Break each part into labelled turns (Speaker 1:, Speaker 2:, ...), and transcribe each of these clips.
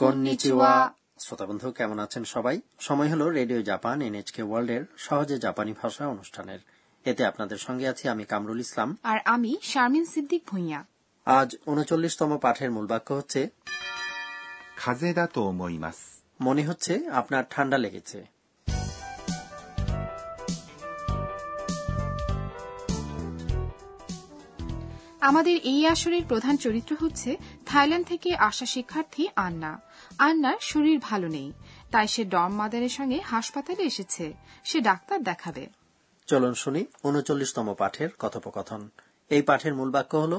Speaker 1: Konnichiwa.
Speaker 2: শ্রোতা বন্ধু কেমন আছেন সবাই সময় হলো রেডিও জাপান এনএচকে ওয়ার্ল্ডের সহজে জাপানি ভাষা অনুষ্ঠানের এতে আপনাদের সঙ্গে আছি আমি কামরুল ইসলাম
Speaker 1: আর আমি শারমিন সিদ্দিক ভুঁইয়া
Speaker 2: আজ উনচল্লিশতম পাঠের মূল বাক্য হচ্ছে
Speaker 3: 風邪だと思います。
Speaker 2: মনে হচ্ছে আপনার ঠান্ডা লেগেছে
Speaker 1: আমাদের এই আসরের প্রধান চরিত্র হচ্ছে থাইল্যান্ড থেকে আসা শিক্ষার্থী আন্না আন্নার শরীর ভালো নেই তাই সে ডম মাদারের সঙ্গে হাসপাতালে এসেছে সে ডাক্তার দেখাবে
Speaker 2: চলুন শুনি উনচল্লিশতম পাঠের কথোপকথন এই পাঠের মূল বাক্য হলো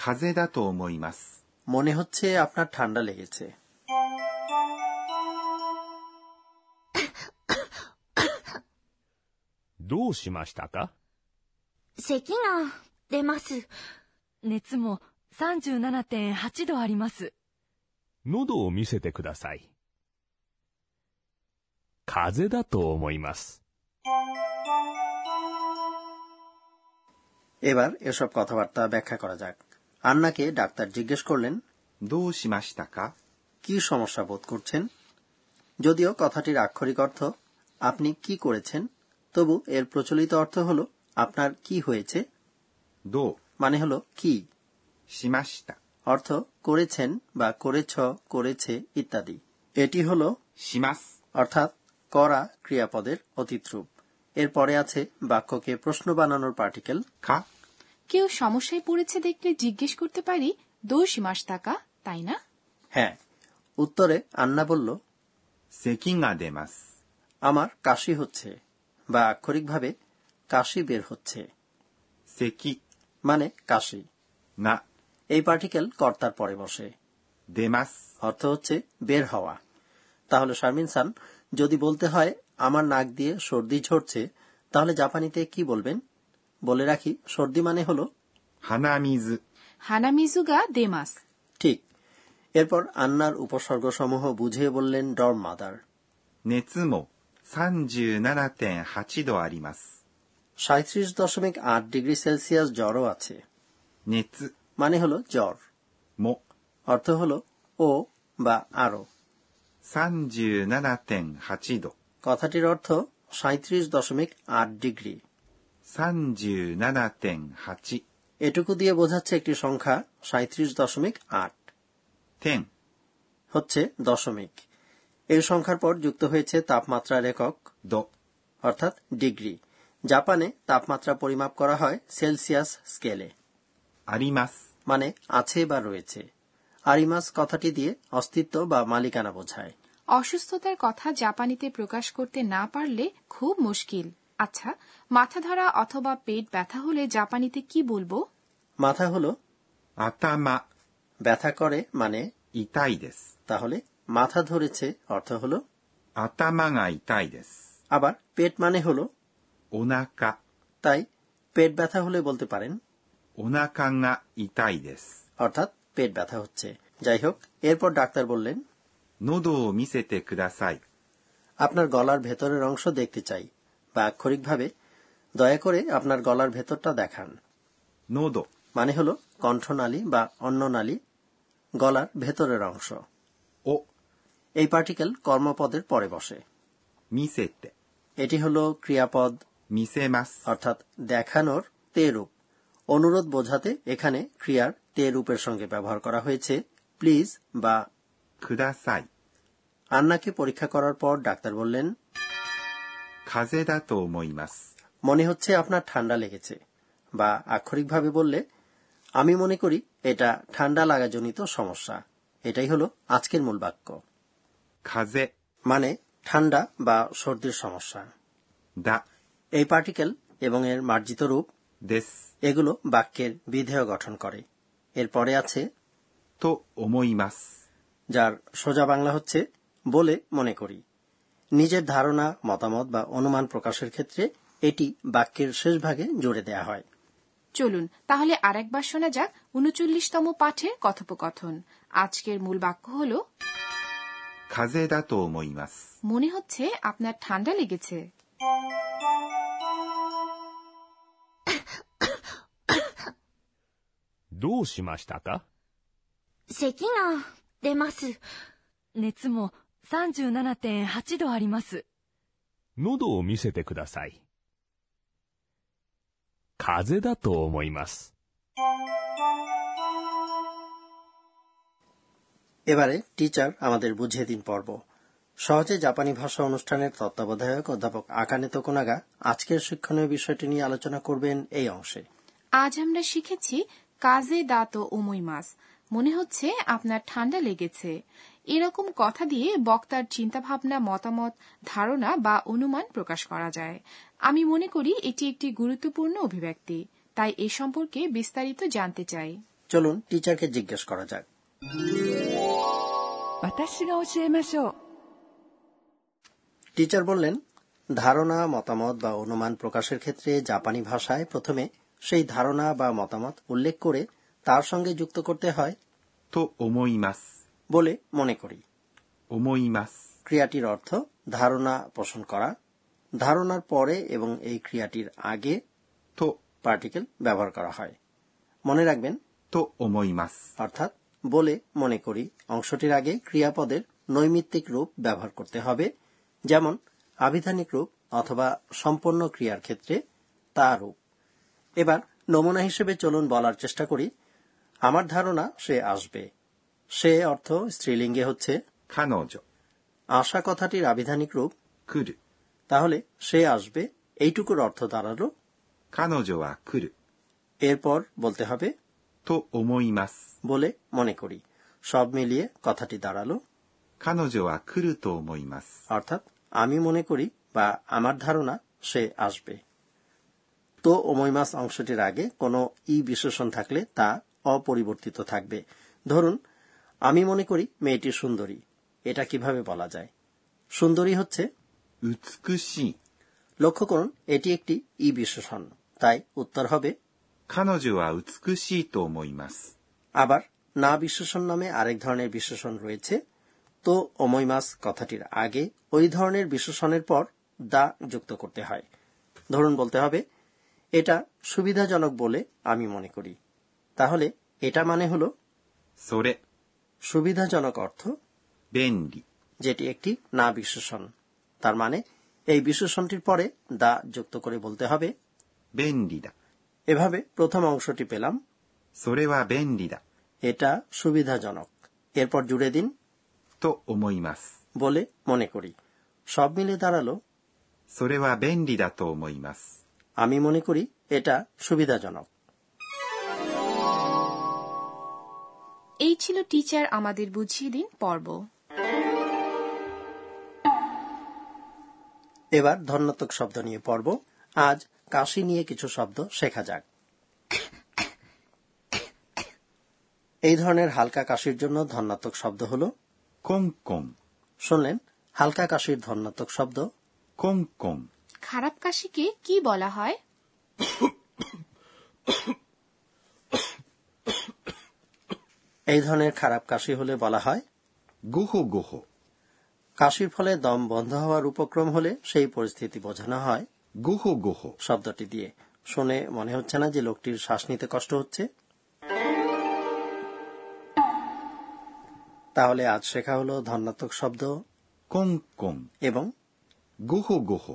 Speaker 3: 風邪だと思います。
Speaker 2: মনে হচ্ছে আপনার ঠান্ডা লেগেছে
Speaker 4: どうしましたか
Speaker 5: 咳が出ます。
Speaker 6: 熱も37.8度あります。
Speaker 4: 喉を見せてください。風邪だと思います。
Speaker 2: এবার এসব কথাবার্তা ব্যাখ্যা করা যাক আন্নাকে ডাক্তার জিজ্ঞেস করলেন
Speaker 3: どうしましたか
Speaker 2: কি সমস্যা বোধ করছেন যদিও কথাটির আক্ষরিক অর্থ আপনি কি করেছেন তবু এর প্রচলিত অর্থ হল আপনার কি হয়েছে
Speaker 3: どう
Speaker 2: মানে হল কি
Speaker 3: しました。
Speaker 2: অর্থ করেছেন বা করেছ করেছে ইত্যাদি এটি হল
Speaker 3: します。
Speaker 2: অর্থাৎ করা ক্রিয়াপদের অতীত রূপ এরপরে আছে বাক্যকে প্রশ্ন বানানোর পার্টিকেল
Speaker 3: か
Speaker 1: কেউ সমস্যায় পড়েছে দেখলে জিজ্ঞেস করতে পারি দোষ মাস টাকা তাই না
Speaker 2: হ্যাঁ উত্তরে আন্না বলল
Speaker 3: 咳が出ます。
Speaker 2: আমার কাশি হচ্ছে বা আক্ষরিকভাবে কাশি বের হচ্ছে
Speaker 3: 咳
Speaker 2: মানে কাশি
Speaker 3: が
Speaker 2: এই পার্টিকেল কর্তার পরে বসে
Speaker 3: 出ます。
Speaker 2: অর্থ হচ্ছে বের হওয়া তাহলে শারমিন সান যদি বলতে হয় আমার নাক দিয়ে সর্দি ঝরছে তাহলে জাপানিতে কি বলবেন বলে রাখি সর্দি মানে হলো
Speaker 3: 鼻水。
Speaker 1: হানামিজুগা দেমাস
Speaker 2: ঠিক এরপর আন্নার উপসর্গসমূহ বুঝিয়ে বললেন ডর মাদার
Speaker 3: 熱も37.8度あります。
Speaker 2: সাঁত্রিশ দশমিক আট ডিগ্রি সেলসিয়াস জ্বরও আছে
Speaker 3: 熱
Speaker 2: মানে হলো জ্বর
Speaker 3: も
Speaker 2: অর্থ হলো ও বা আরো
Speaker 3: 37.8度。
Speaker 2: কথাটির অর্থ সাঁত্রিশ দশমিক আট ডিগ্রি
Speaker 3: 37.8
Speaker 2: এটুকু দিয়ে বোঝাচ্ছে একটি সংখ্যা সাঁত্রিশ দশমিক আট
Speaker 3: 点
Speaker 2: হচ্ছে দশমিক এই সংখ্যার পর যুক্ত হয়েছে তাপমাত্রার একক
Speaker 3: 度
Speaker 2: অর্থাৎ ডিগ্রি জাপানে তাপমাত্রা পরিমাপ করা হয় সেলসিয়াস স্কেলে
Speaker 3: あります。
Speaker 2: মানে আছে বা রয়েছে আরিমাস কথাটি দিয়ে অস্তিত্ব বা মালিকানা বোঝায়
Speaker 1: অসুস্থতার কথা জাপানিতে প্রকাশ করতে না পারলে খুব মুশকিল আচ্ছা মাথা ধরা অথবা পেট ব্যথা হলে জাপানিতে কি বলবো
Speaker 2: মাথা হলো
Speaker 3: 頭
Speaker 2: ব্যথা করে মানে
Speaker 3: 痛いです。
Speaker 2: তাহলে মাথা ধরেছে অর্থ হলো
Speaker 3: 頭が痛いです。
Speaker 2: আবার পেট মানে হলো
Speaker 3: お腹、
Speaker 2: তাই পেট ব্যথা হলে বলতে পারেন
Speaker 3: お腹が痛いです。
Speaker 2: অর্থাৎ পেট ব্যথা হচ্ছে যাই হোক এরপর ডাক্তার বললেন
Speaker 3: 喉を見せてください。
Speaker 2: আপনার গলার ভেতরের অংশ দেখতে চাই বা আক্ষরিকভাবে দয়া করে আপনার গলার ভেতরটা দেখান
Speaker 3: 喉、
Speaker 2: মানে হলো কণ্ঠনালী বা অন্ননালী গলার ভেতরের অংশ
Speaker 3: を、
Speaker 2: এই পার্টিকেল কর্মপদের পরে বসে
Speaker 3: 見せて、
Speaker 2: এটি হলো ক্রিয়াপদ
Speaker 3: 見せます。
Speaker 2: অর্থাৎ দেখানোর তে রূপ অনুরোধ বোঝাতে এখানে ক্রিয়ার তে রূপের সঙ্গে ব্যবহার করা হয়েছে প্লিজ বা
Speaker 3: ください。
Speaker 2: আন্নাকে পরীক্ষা করার পর ডাক্তার বললেন
Speaker 3: 風邪だと思います。
Speaker 2: মনে হচ্ছে আপনার ঠান্ডা লেগেছে বা আক্ষরিকভাবে বললে আমি মনে করি এটা ঠান্ডা লাগাজনিত সমস্যা এটাই হলো আজকের মূল বাক্য
Speaker 3: 風邪
Speaker 2: মানে ঠান্ডা বা সর্দির সমস্যা
Speaker 3: だ
Speaker 2: এই পার্টিকেল এবং এর মার্জিত রূপ
Speaker 3: です。
Speaker 2: এগুলো বাক্যের বিধেয় গঠন করে এরপরে আছে
Speaker 3: と思います。
Speaker 2: যার সোজা বাংলা হচ্ছে বলে মনে করি নিজের ধারণা মতামত বা অনুমান প্রকাশের ক্ষেত্রে এটি বাক্যের শেষ ভাগে জুড়ে দেয়া হয়
Speaker 1: চলুন তাহলে আরেকবার শোনা যাক উনচল্লিশতম পাঠের কথোপকথন আজকের মূল বাক্য হল
Speaker 3: 風邪だと思います。
Speaker 1: মনে হচ্ছে আপনার ঠান্ডা লেগেছে
Speaker 4: どうしましたか
Speaker 5: 咳が出ます。
Speaker 6: 熱も37.8度あります。
Speaker 4: 喉を見せてください。風邪だと思います。
Speaker 2: এবারে টিচার আমাদের বুঝিয়ে দিন পর্ব সহজে জাপানি ভাষা অনুষ্ঠানের তত্ত্বাবধায়ক অধ্যাপক আকানে তোকোনাগা আজকের শিক্ষণীয় বিষয়টি নিয়ে আলোচনা করবেন এই অংশে
Speaker 1: আজ আমরা শিখেছি কাজে দাঁত ও ওমই মাছ মনে হচ্ছে আপনার ঠান্ডা লেগেছে এরকম কথা দিয়ে বক্তার চিন্তাভাবনা মতামত ধারণা বা অনুমান প্রকাশ করা যায় আমি মনে করি এটি একটি গুরুত্বপূর্ণ অভিব্যক্তি তাই এ সম্পর্কে বিস্তারিত জানতে চাই
Speaker 2: চলুন টিচারকে জিজ্ঞেস করা যাক
Speaker 7: 私が教えましょう
Speaker 2: টিচার বললেন ধারণা মতামত বা অনুমান প্রকাশের ক্ষেত্রে জাপানি ভাষায় প্রথমে সেই ধারণা বা মতামত উল্লেখ করে তার সঙ্গে যুক্ত করতে হয়
Speaker 3: と思います。
Speaker 2: বলে মনে করি
Speaker 3: 思います。
Speaker 2: ক্রিয়াটির অর্থ ধারণা পোষণ করা ধারণার পরে এবং এই ক্রিয়াটির আগে
Speaker 3: と、
Speaker 2: পার্টিকেল ব্যবহার করা হয় মনে রাখবেন
Speaker 3: と思います。
Speaker 2: অর্থাৎ বলে মনে করি অংশটির আগে ক্রিয়াপদের নৈমিত্তিক রূপ ব্যবহার করতে হবে যেমন আবিধানিক রূপ অথবা সম্পন্ন ক্রিয়ার ক্ষেত্রে তা রূপ এবার নমুনা হিসেবে চলুন বলার চেষ্টা করি আমার ধারণা সে আসবে সে অর্থ স্ত্রীলিঙ্গে হচ্ছে
Speaker 3: 彼女、
Speaker 2: আশা কথাটির আবিধানিক রূপ
Speaker 3: 来る。
Speaker 2: তাহলে সে আসবে এইটুকুর অর্থ দাঁড়ালো
Speaker 3: 彼女は来る。
Speaker 2: এরপর বলতে হবে
Speaker 3: と思います。
Speaker 2: বলে মনে করি সব মিলিয়ে কথাটি দাঁড়ালো
Speaker 3: 彼女は来ると思います。
Speaker 2: অর্থাৎ আমি মনে করি বা আমার ধারণা সে আসবে তো অমৈমাস অংশটির আগে কোনো ই বিশেষণ থাকলে তা অপরিবর্তিত থাকবে ধরুন আমি মনে করি মেয়েটি সুন্দরী এটা কিভাবে বলা যায় সুন্দরী হচ্ছে
Speaker 3: 美しい。
Speaker 2: লক্ষ্য করুন এটি একটি ই বিশেষণ তাই উত্তর হবে
Speaker 3: 彼女は美しいと思います。
Speaker 2: আবার না বিশেষণ নামে আরেক ধরনের বিশেষণ রয়েছে তো অমৈমাস কথাটির আগে ওই ধরনের বিশেষণের পর দা যুক্ত করতে হয় ধরুন বলতে হবে এটা সুবিধাজনক বলে আমি মনে করি তাহলে এটা মানে হল
Speaker 3: それ、
Speaker 2: সুবিধাজনক অর্থ
Speaker 3: 便利。
Speaker 2: যেটি একটি না বিশেষণ তার মানে এই বিশেষণটির পরে দা যুক্ত করে বলতে হবে
Speaker 3: 便利だ。
Speaker 2: এভাবে প্রথম অংশটি পেলাম
Speaker 3: それは便利だ。
Speaker 2: এটা সুবিধাজনক এরপর জুড়ে দিন
Speaker 3: と思います。
Speaker 2: বলে মনে করি সব মিলে দাঁড়ালো
Speaker 3: それは便利だと思います。
Speaker 2: আমি মনে করি এটা সুবিধাজনক
Speaker 1: এই ছিল টিচার আমাদের বুঝিয়ে দিন পর্ব
Speaker 2: এবার ধন্যাত্মক শব্দ নিয়ে পর্ব আজ কাশি নিয়ে কিছু শব্দ শেখা যাক এই ধরনের হালকা কাশির জন্য ধন্যাত্মক শব্দ হল
Speaker 3: コンコン、
Speaker 2: শুনলেন হালকা কাশির ধন্যাত্মক শব্দ
Speaker 3: コンコン、
Speaker 1: খারাপ কাশিকে কি বলা হয়
Speaker 2: এই ধরনের খারাপ কাশি হলে বলা হয়
Speaker 3: ごほごほ、
Speaker 2: কাশির ফলে দম বন্ধ হওয়ার উপক্রম হলে সেই পরিস্থিতি বোঝানো হয়
Speaker 3: ごほごほ、
Speaker 2: শব্দটি দিয়ে শুনে মনে হচ্ছে না যে লোকটির শ্বাস নিতে কষ্ট হচ্ছে তাহলে আজ শেখা হলো ধনাত্মক শব্দ
Speaker 3: コンコン、
Speaker 2: এবং
Speaker 3: ごほごほ。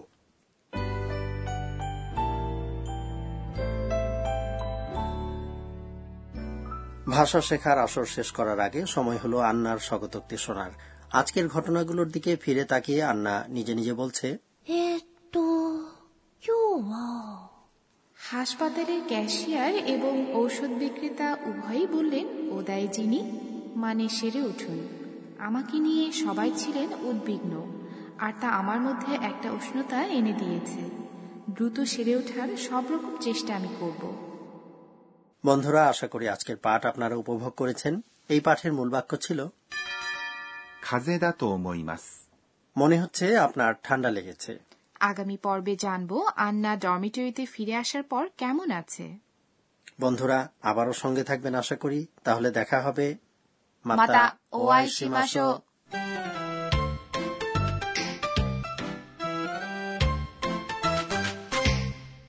Speaker 2: ভাষা শেখার আসর শেষ করার আগে সময় হলো আন্নার স্বগতোক্তি শোনার আজকের ঘটনাগুলোর দিকে ফিরে তাকিয়ে আন্না নিজে নিজে বলছে
Speaker 5: えーっと、今日は、
Speaker 1: হাসপাতালের ক্যাশিয়ার এবং ঔষধ বিক্রেতা উভয়ই বললেন ওদায় যিনি মানে সেরে উঠুন আমাকে নিয়ে সবাই ছিলেন উদ্বিগ্ন আর তা আমার মধ্যে একটা উষ্ণতা এনে দিয়েছে দ্রুত সেরে ওঠার সব রকম চেষ্টা আমি করব
Speaker 2: বন্ধুরা আশা করি আজকের পাঠ আপনারা উপভোগ করেছেন এই পাঠের মূল বাক্য ছিল
Speaker 3: 風邪だと思います。
Speaker 2: মনে হচ্ছে আপনার ঠান্ডা লেগেছে
Speaker 1: আগামী পর্বে জানব আন্না ডরমিটরিতে ফিরে আসার পর কেমন আছে
Speaker 2: বন্ধুরা আবারও সঙ্গে থাকবেন আশা করি তাহলে দেখা হবে
Speaker 1: মাতা ওয়াই শিমাশো